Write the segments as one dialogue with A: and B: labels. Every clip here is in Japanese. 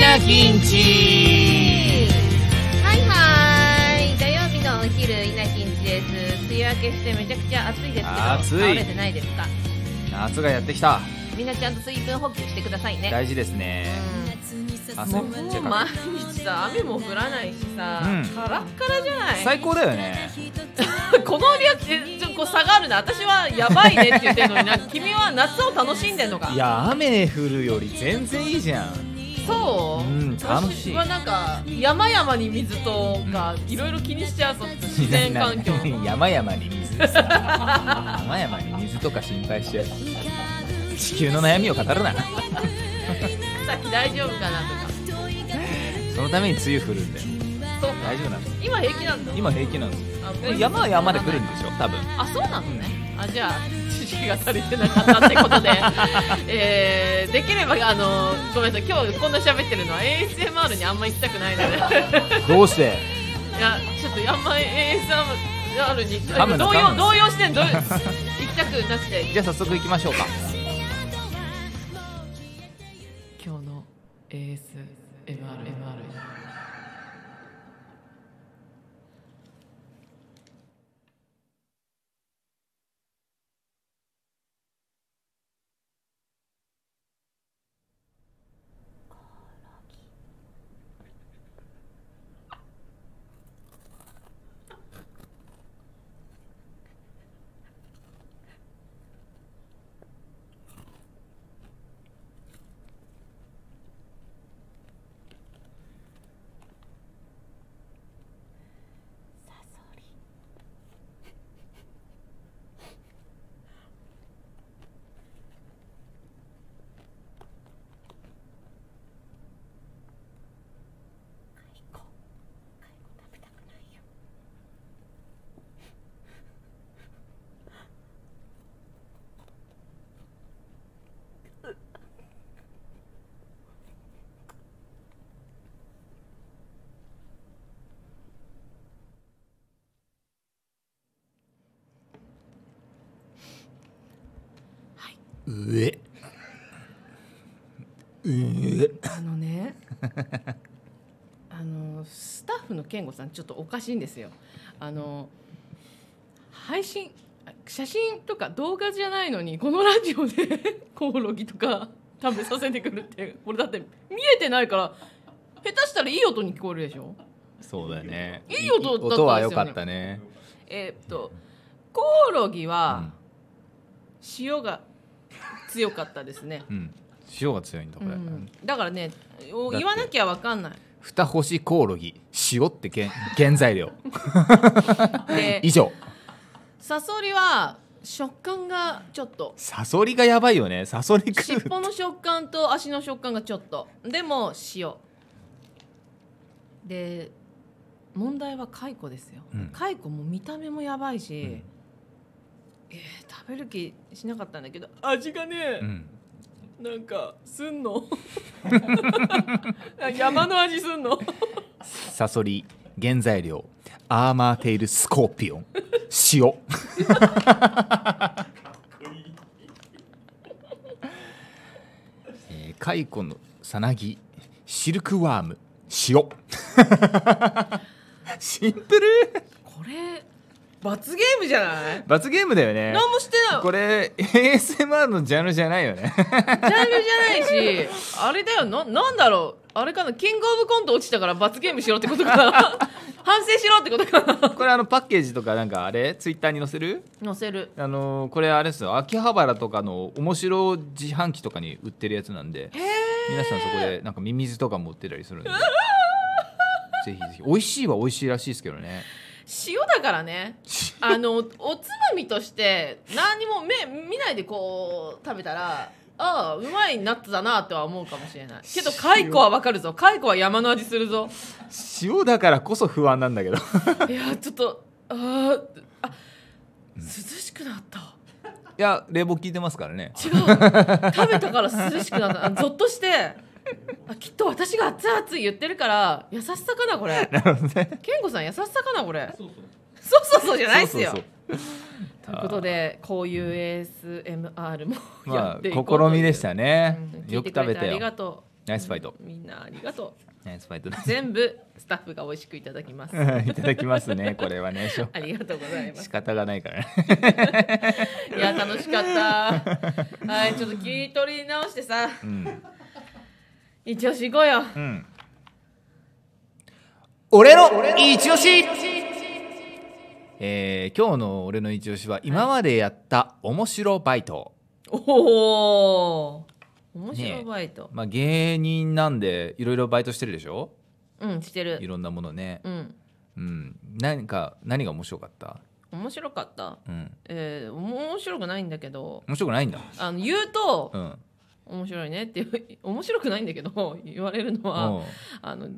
A: なきんち
B: はいはい土曜日のお昼稲きんちです梅雨明けしてめちゃくちゃ暑いですけど
A: 暑い
B: 倒れてないですか
A: 夏がやってきた
B: みんなちゃんと水分補給してくださいね
A: 大事ですね
B: うん
A: 汗
B: もう
A: めっちゃか
B: 毎
A: く
B: 日さ雨も降らないしさ、
A: うん
B: カラッカラじゃない
A: 最高だよね
B: このリアクションちょっとこう差があるな私はやばいねって言ってるのにな君は夏を楽しんでんのか
A: いや雨降るより全然いいじゃん
B: そう、
A: うん楽しい
B: 私はなんか山々に水とかいろいろ気にしちゃうそっち自然環境
A: 山々に水です山々に水とか心配しちゃう地球の悩みを語るな
B: 先 大丈夫かなとか
A: そのために梅雨降るんだよ
B: そうか
A: 大丈夫なんです
B: 今平気なんだ
A: 今平気なんです
B: あ
A: で山は山で来るんでしょ多分
B: あそうなのねあじゃあ知識が足りてなかったって ことで、えー、できればあのごめんなさい今日こんな喋ってるのは ASMR にあんま行きたくないので
A: どうして
B: いやちょっとあんま ASMR に
A: 噛むな
B: 動
A: 噛
B: 揺
A: むな
B: 動揺してん動揺行きたくなくて
A: じゃあ早速行きましょうか
B: 今日の ASMR
A: 上
B: あのねあのスタッフの健吾さんちょっとおかしいんですよあの配信あ写真とか動画じゃないのにこのラジオで コオロギとか食べさせてくるってこれだって見えてないから下手したらいい音に聞こえるでしょ
A: そうだよね
B: いい音だったんですよね
A: 音は良かったね
B: えーっとコオロギは塩が強かったですね、
A: うん塩が強いんだこれ、
B: うんだからねお
A: だって
B: 言わなきゃわかんない
A: 二星コオロギ塩って原原材料
B: で
A: 以上
B: サソリは食感がちょっと
A: サソリがやばいよねサソリ食
B: 尻
A: う
B: 尾の食感と足の食感がちょっとでも塩で問題はカイコですよ、
A: うん
B: カイコも見た目もやばいし、
A: うん
B: えー食べる気しなかったんだけど味がね
A: う、ん
B: なんかすんの 山の味すんの
A: サソリ原材料アーマーテイルスコーピオン塩 えー、カイコのさなぎシルクワーム塩 シンプル
B: これ罰ゲームじゃない
A: 罰ゲームだよね
B: 何もしてない
A: これ ASMR のジャンルじゃないよね
B: ジャンルじゃないし、あれだよ、な、なんだろう。あれかな、キングオブコント落ちたから罰ゲームしろってことかな。 反省しろってことかな。
A: これあのパッケージとかなんかあれツイッターに載せる
B: 載せる。
A: あのーこれあれですよ秋葉原とかの面白自販機とかに売ってるやつなんで皆さんそこでなんかミミズとかも売ってたりするんでぜひぜひ美味しいは美味しいらしいですけどね
B: 塩だからね。あの、おつまみとして、何も目、見ないでこう、食べたら、ああ、うまいナッツだなとは思うかもしれない。けど、カイコはわかるぞ。カイコは山の味するぞ。
A: 塩だからこそ不安なんだけど
B: いや、ちょっと、あーあ、涼しくなった。
A: いや冷房効いてますからね
B: 違う食べたから涼しくなったあゾッとしてあきっと私が熱々言ってるから優しさかなこれ
A: なるほどね
B: 健吾さん優しさかなこれそうそうそうじゃないっすよ
A: そう
B: ということでこういう ASMR も
A: そうそう
B: や
A: ま
B: っ
A: あ
B: ていこうという
A: 試みでしたね
B: うん、聞
A: よ
B: い
A: く
B: てく
A: 食
B: れ
A: べた
B: てあり
A: よ
B: がと
A: ナイスファイト
B: みんなありがと
A: ナイスファイトで
B: う
A: す
B: 全部スタッフが美味しくいただき ます
A: いただきますねこれはねしょ
B: ありがとうございます
A: 仕方がないからね
B: いや楽しかったはいちょっと聞き取り直してさ
A: うん、
B: 一応しこうよ
A: うん、俺の一押しえー今日の俺の一押しは今までやった面白バイト、
B: おお面白いバイト、
A: まあ、芸人なんでいろいろバイトしてるでしょ
B: うんして
A: い
B: る
A: ろんなものね、
B: うん
A: うん、何か何が面白かった、
B: 面白かった
A: うん、
B: えー、面白くないんだけど
A: 面白くないんだ、
B: あの言うと
A: うんうん、
B: 面白いねっていう面白くないんだけど言われるのはあの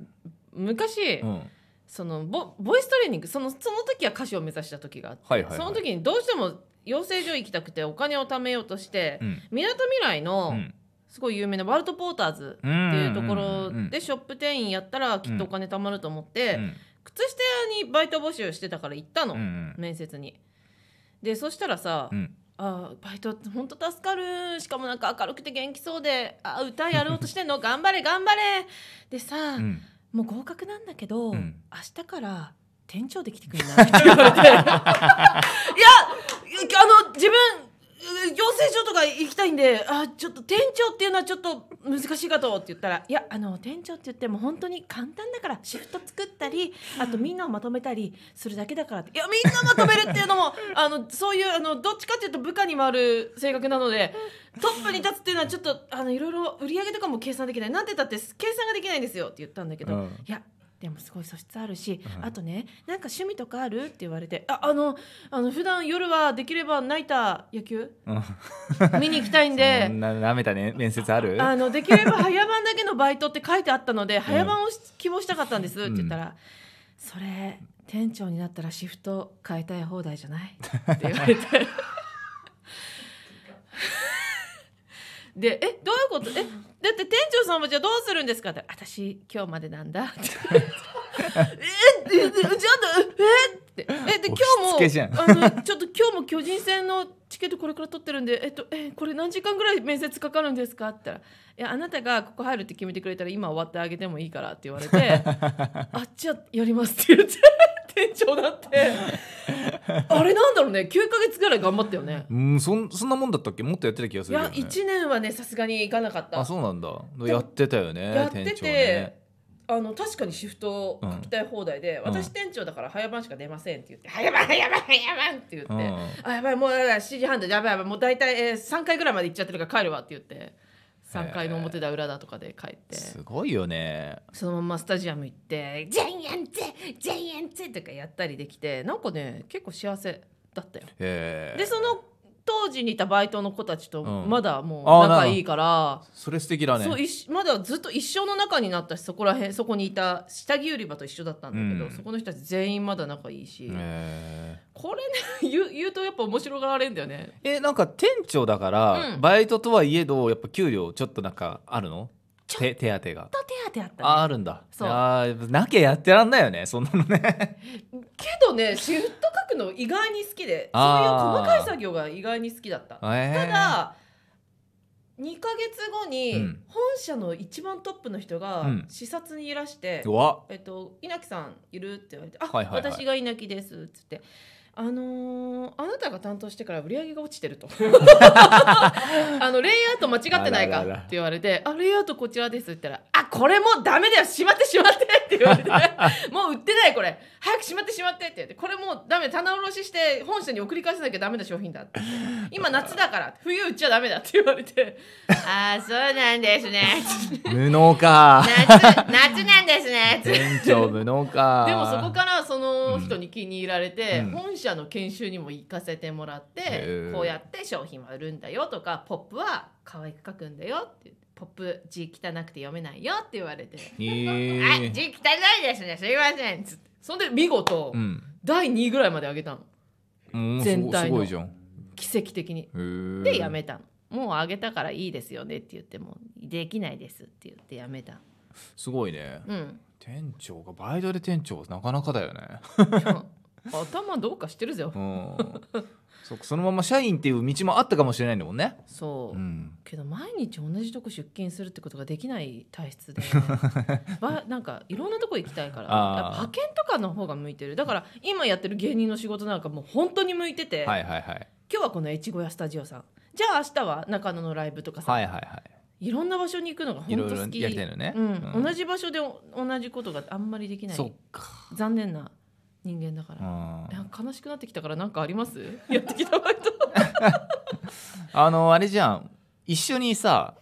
B: 昔、
A: うん
B: そのボボイストレーニングそのその時は歌手を目指した時があって、
A: はいはいはい
B: その時にどうしても養成所行きたくてお金を貯めようとして
A: うん
B: みなとみらいのすごい有名なワルト・ポーターズ
A: う
B: っ
A: ん
B: ていうところ
A: うん
B: でショップ店員やったらきっとお金貯まると思って、
A: うん
B: 靴下屋にバイト募集してたから行ったの、
A: うんうん
B: 面接に。でそしたらさ、
A: うん
B: あーバイトって本当助かるしかもなんか明るくて元気そうであー歌やろうとしてんの頑張れ頑張れでさ、
A: うん
B: もう合格なんだけど、
A: うん
B: 明日から店長で来てく れないって言われていやあの自分う養成所とか行きたいんであちょっと店長っていうのはちょっと難しいかとって言ったらいやあの店長って言っても本当に簡単だからシフト作ったりあとみんなをまとめたりするだけだからっていやみんなまとめるっていうのもあのそういうあのどっちかっていうと部下に回る性格なのでトップに立つっていうのはちょっとあのいろいろ売り上げとかも計算できないなんて言ったって計算ができないんですよって言ったんだけど、
A: うん
B: いやでもすごい素質あるし、
A: うん
B: あとねなんか趣味とかあるって言われてああのあの普段夜はできればナイター野球
A: うん
B: 見に行きた いん
A: そん
B: で
A: な舐めたね面接ある
B: あのできれば早番だけのバイトって書いてあったので、早番をし希望したかったんですって言ったら、それ店長になったらシフト変えたい放題じゃないって言われて。でえどういうことえだって店長さんはじゃあどうするんですかって私今日までなんだ ってえええちょっとえってえで今
A: 押し付けじゃん
B: 日もあのちょっと今日も巨人戦のチケットこれから取ってるんでえっとえこれ何時間ぐらい面接かかるんですかって言ったらいやあなたがここ入るって決めてくれたら今終わってあげてもいいからって言わ れてあじゃあやりますって言って店長だってあれなんだろうね9ヶ月ぐらい頑張ったよね
A: うんそんそんなもんだったっけもっとやってた気がす
B: い
A: るけ
B: や
A: ど、ね、
B: 1年はねさすがにいかなかった
A: あそうなんだやってたよね
B: やってて、
A: 店長ね
B: あの確かにシフト書きたい放題で、
A: うん
B: 私店長だから早番しか出ませんって言って「早番早番早番」って言って「
A: う
B: あやばいもうやばい7時半だやばいやばいもう大体、えー、3回ぐらいまで行っちゃってるから帰るわ」って言って3回の表だ裏だとかで帰って
A: すごいよね
B: そのままスタジアム行って「ジェイエンツェジェイエンツェ」とかやったりできてなんかね結構幸せだったよ。
A: へえ
B: でその当時にいたバイトの子たちと
A: うん
B: まだもう
A: あー
B: 仲いいから。
A: それ素敵だね
B: そう一緒まだずっと一生の中になったしそこら辺そこにいた下着売り場と一緒だったんだけど、
A: うん
B: そこの人たち全員まだ仲いいし、
A: へ
B: これね 言う言うとやっぱ面白がられるんだよね
A: ええなんか店長だから、
B: うん
A: バイトとはいえどやっぱ給料ちょっとなんかあるの
B: ちょ
A: 手手当が、
B: と手当てあったね
A: ああるんだ
B: そう
A: あーなきゃやってらんないよねそんなの ね
B: けどねシフト書くの意外に好きでそういう
A: あー
B: 細かい作業が意外に好きだったた
A: た
B: だ2ヶ月後に
A: うん
B: 本社の一番トップの人が
A: うん
B: 視察にいらして、
A: うわ
B: えっと、稲木さんいるって言われて「あ、
A: はいはいはい
B: 私が稲木です」っつって「あのーあなたが担当してから売り上げが落ちてる とあのレイアウト間違ってない
A: あ
B: か」
A: ら
B: っ
A: らら
B: て言われて「あレイアウトこちらです」って言ったら「あこれもうダメだよしまってしまって」って言わ れて「もう売ってないこれ早くしまってしまって」って言って「これもうダメ棚卸しして本社に送り返さなきゃダメな商品だ」って今夏だから冬売っちゃダメだ」って言われて 「ああそうなんですね」
A: 無能 か
B: 夏夏なんで すね」
A: 店長無能か
B: でもそこからその
A: うん
B: 人に気に入られて、
A: うん
B: 本社の研修にも行かせてもらって
A: へー
B: こうやって商品は売るんだよとかポップは可愛く書くんだよってポップ字汚くて読めないよって言われて
A: え
B: 「あ
A: ー
B: 字汚いですねすいません」つってそんで見事、
A: うん
B: 第2位ぐらいまで上げたの
A: うん
B: 全体の
A: すごいすごいじゃんへ
B: 奇跡的に。
A: ー
B: でやめたの。もう上げたからいいですよねって言ってもできないですって言ってやめた。
A: すごいね
B: うん。
A: 店長がバイトで店長なかなかだよね
B: 頭どうかしてるぜ。
A: うんそっかそのまま社員っていう道もあったかもしれないんだもんね。
B: そう、
A: うん、
B: けど毎日同じとこ出勤するってことができない体質で ばなんかいろんなとこ行きたいから
A: あー
B: やっぱ派遣とかの方が向いてるだから今やってる芸人の仕事なんかもう本当に向いてて、
A: はいはいはい
B: 今日はこの越後屋スタジオさんじゃあ明日は中野のライブとかさ、
A: はい
B: い、
A: はいは
B: ろんな場所に行くのが
A: いい
B: 本
A: ろい
B: 当
A: ろ
B: 好き
A: やりたいのね。
B: うん
A: うん
B: 同じ場所でお同じことがあんまりできない
A: そっか。
B: 残念な人間だか
A: う
B: ら、
A: ん
B: なんか悲しくなってきたから何かあります やってきたバイト
A: あのあれじゃん一緒にさ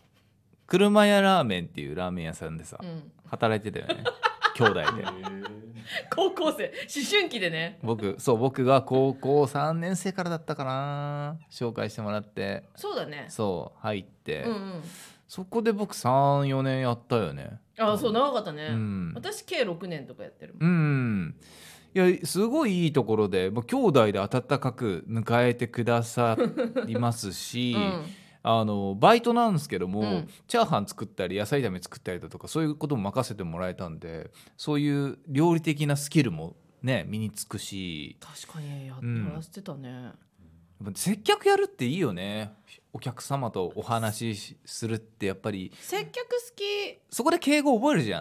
A: 車屋ラーメンっていうラーメン屋さんでさ、
B: うん
A: 働いてたよね兄弟で
B: 高校生思春期でね
A: 僕そう僕が高校3年生からだったかな紹介してもらって
B: そうだね
A: そう入って、
B: うんうん
A: そこで僕34年やったよね
B: あそう長かったね、
A: うん
B: 私計6年とかやってるもん
A: うんいやすごいいいところでもう兄弟で温かく迎えてくださいます し、あのバイトなんですけども、
B: うん
A: チャーハン作ったり野菜炒め作ったりだとかそういうことも任せてもらえたんでそういう料理的なスキルもね身につくし
B: 確かにや,、
A: うん
B: やらせてたね
A: やっぱ接客やるっていいよねお客様とお話しするってやっぱり
B: 接客好き
A: そこで敬語覚えるじゃん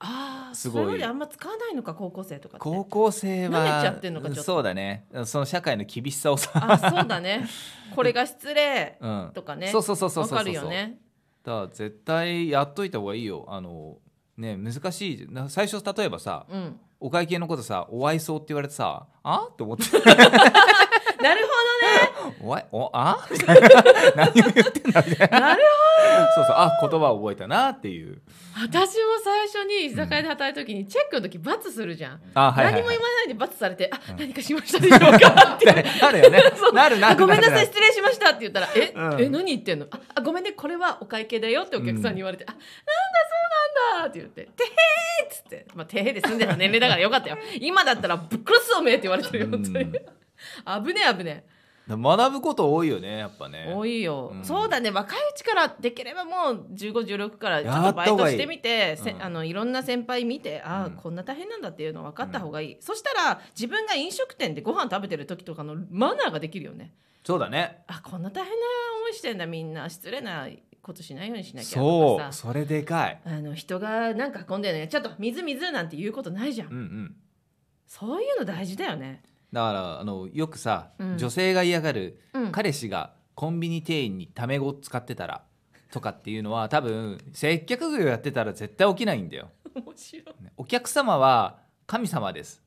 B: ああ
A: す
B: す
A: ごい
B: ごいそれまであんま使わないのか高校生とかって
A: 高校生は
B: 舐めちゃってんのかちょっと
A: そうだねその社会の厳しさをさ、
B: あそうだねこれが失礼
A: うん、
B: とかね
A: そうそうそうそう
B: わ
A: そう
B: か
A: そ
B: る
A: う
B: よね
A: だから絶対やっといた方がいいよあのね難しいな最初例えばさ、
B: うん
A: お会計のことさお愛想って言われてさあって 思って
B: なる
A: おいお あみたいな何を言ってんだみたい
B: ほどなる
A: なそうそうあ言葉を覚えたなっていう
B: ほど私も最初に居酒屋で働いた時にチェックの時罰するじゃん、
A: あはいはい、
B: 何も言わないで罰されて「あ
A: ん
B: 何かしましたでしょうか」って
A: ない なるよね
B: そう
A: なるな
B: あ
A: る
B: ごめんなさい
A: る
B: 失礼しましたって言ったら「え、
A: うん
B: え何言ってんのああごめんねこれはお会計だよ」ってお客さんに言われて「あなんだそうなんだ」って言って「てへー」っつってまあ「てへー」で済んでた年齢だからよかったよ今だったら「ぶっ殺すおめえ」って言われてるよ本当に、
A: うん
B: 危ねえ危ね
A: 学ぶこと多いよねやっぱ
B: え
A: ね
B: 多いよ、
A: うん
B: そうだね若いうちからできればもう1516からちょっ
A: や
B: と
A: った
B: バ
A: ほ
B: イ
A: うが
B: ト
A: いい
B: してみてせ
A: うん
B: あのいろんな先輩見てああ、
A: うん
B: こんな大変なんだっていうの分かった方がいい、そしたら自分が飲食店でご飯食べてる時とかのマナーができるよね
A: そうだね
B: あこんな大変な思いしてんだみんな失礼なことしないようにしなきゃと
A: そ
B: か
A: う
B: さ
A: それでかい
B: あの人がなんか運んでるのにちょっと水水なんて言うことないじゃん、
A: うんうん
B: そういうの大事だよね
A: だからあのよくさ、
B: うん
A: 女性が嫌がる
B: うん
A: 彼氏がコンビニ店員にタメ語を使ってたらとかっていうのは多分接客業やってたら絶対起きないんだよ
B: 面白い
A: お客様は神様です。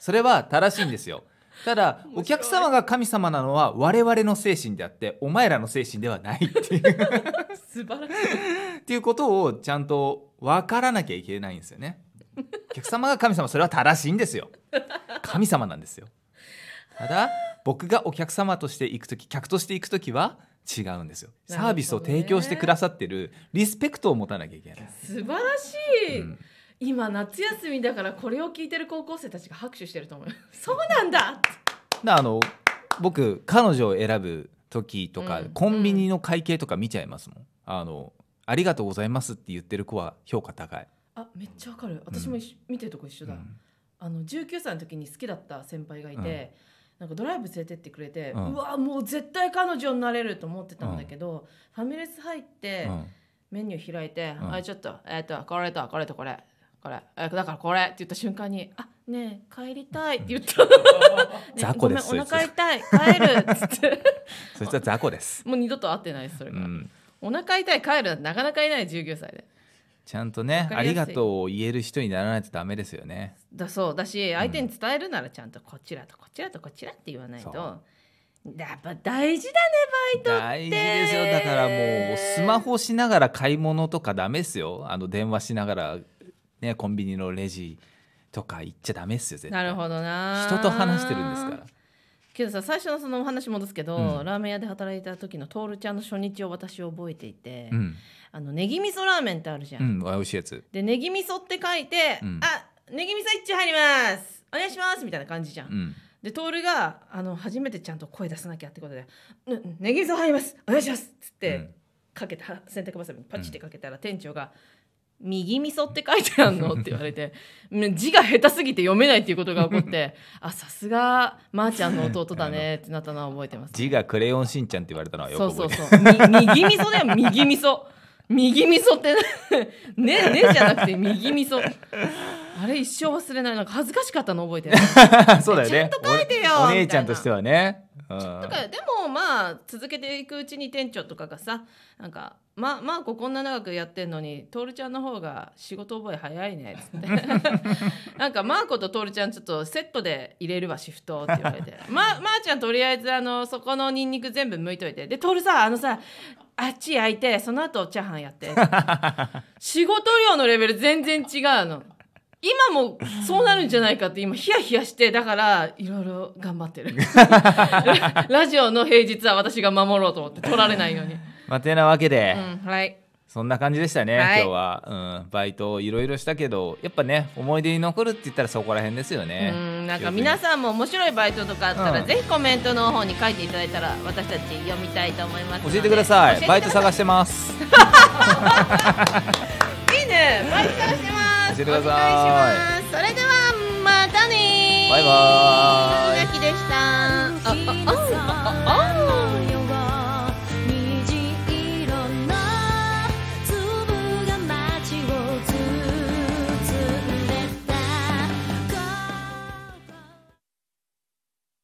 A: それは正しいんですよ。ただお
B: 面白い
A: 客様が神様なのは我々の精神であってお前らの精神ではないっていう
B: 素晴らしい
A: っていうことをちゃんと分からなきゃいけないんですよね。お客様が神様それは正しいんですよ。神様なんですよ。ただ僕がお客様として行く時客として行く時は違うんですよ。
B: なるほどね
A: サービスを提供してくださってるリスペクトを持たなきゃいけない。
B: 素晴らしい、
A: うん
B: 今夏休みだからこれを聞いてる高校生たちが拍手してると思うそうなんだ
A: であの僕彼女を選ぶ時とか、
B: うん
A: コンビニの会計とか見ちゃいますもんあの「ありがとうございます」って言ってる子は評価高い、
B: あめっちゃわかる私も一緒見てるとこ一緒だ、
A: うん
B: あの19歳の時に好きだった先輩がいて、なんかドライブ連れてってくれて、
A: う
B: うんわもう絶対彼女になれると思ってたんだけど、ファミレス入って、
A: うん
B: メニュー開いて「
A: うん
B: あちょっとえっ、とこれとこれとこれこれえだからこれ」って言った瞬間に「あねえ帰りたい」って言った、 ねえ
A: 雑魚です
B: ごめんお
A: そい
B: 腹
A: つ
B: 痛い帰る」っつって
A: そいつは雑魚です、
B: もう二度と会ってないですそれ
A: う
B: から、
A: ん、
B: お腹痛い帰るなんてなかなかいない19歳で
A: ちゃんとね「
B: わ
A: あ
B: か
A: り
B: りやすい
A: がとう」を言える人にならないとダメですよね
B: だそうだし相手に伝えるならちゃんとこちらとこちらとこちらって言わないと、
A: そう
B: やっぱ大事だねバイトっ
A: 大
B: て
A: 事ですよだからもうスマホしながら買い物とかダメですよあの電話しながら、ね、コンビニのレジとか行っちゃダメですよ絶対
B: なるほどな
A: 人と話してるんですから
B: けどさ最初のそのお話戻すけど、
A: うん
B: ラーメン屋で働いた時のトールちゃんの初日を私覚えていて、
A: うん、
B: あのネギ味噌ラーメンってあるじゃん、
A: うん、美味しいやつ
B: でネギ味噌って書いて、
A: うん
B: あネギ味噌一丁入りますお願いしますみたいな感じじゃん、
A: うん
B: でトールがあの初めてちゃんと声出さなきゃってことで「ねネギ味噌入りますお願いします」っつって、
A: うん
B: かけては洗濯ばさみにパチってかけたら、店長が「右味噌って書いてあんの?」って言われて うん字が下手すぎて読めないっていうことが起こ って「あさすがまーちゃんの弟だね」ってなったのは覚えてます。
A: 字がクレヨンしんちゃんって言われたのはよ
B: そ
A: く
B: う
A: 覚
B: そ
A: え
B: う
A: てる
B: そう。み右味噌だよ、右味噌。右味噌って ね、ね、ねじゃなくて右味噌。あれ一生忘れない。なんか恥ずかしかったの覚えてる。
A: そうだよね
B: ちゃんと書いてよ
A: お
B: みたいな
A: 姉ちゃんとしてはね、うん
B: だからでもまあ続けていくうちに店長とかがさなんか「まあまあここんな長くやってんのに徹ちゃんの方が仕事覚え早いね」っつって「なんかマーコと徹ちゃんちょっとセットで入れるわシフト」って言われて「まあまあちゃんとりあえずあのそこのニンニク全部剥いといてで徹さあのさあっち焼いてその後チャーハンやって」仕事量のレベル全然違うの。今もそうなるんじゃないかって今ヒヤヒヤしてだからいろいろ頑張ってるラ ラジオの平日は私が守ろうと思って取られないように、
A: まあてなわけで、
B: うん、はい
A: そんな感じでしたね、
B: はい
A: 今日は、うん、バイトいろいろしたけどやっぱね思い出に残るって言ったらそこら辺ですよね
B: うんなんか皆
A: ん
B: さんも面白いバイトとかあったら、
A: うん
B: ぜひコメントの方に書いていただいたら私たち読みたいと思いますので
A: 教えてください
B: 教え
A: バ
B: て
A: イ
B: く
A: ト
B: ださ
A: 探してます
B: いいいねバイト探してま
A: 教
B: す
A: えてください
B: お願いしますそれではまたね
A: バイバーイ
B: 鈴垣でしたああああああ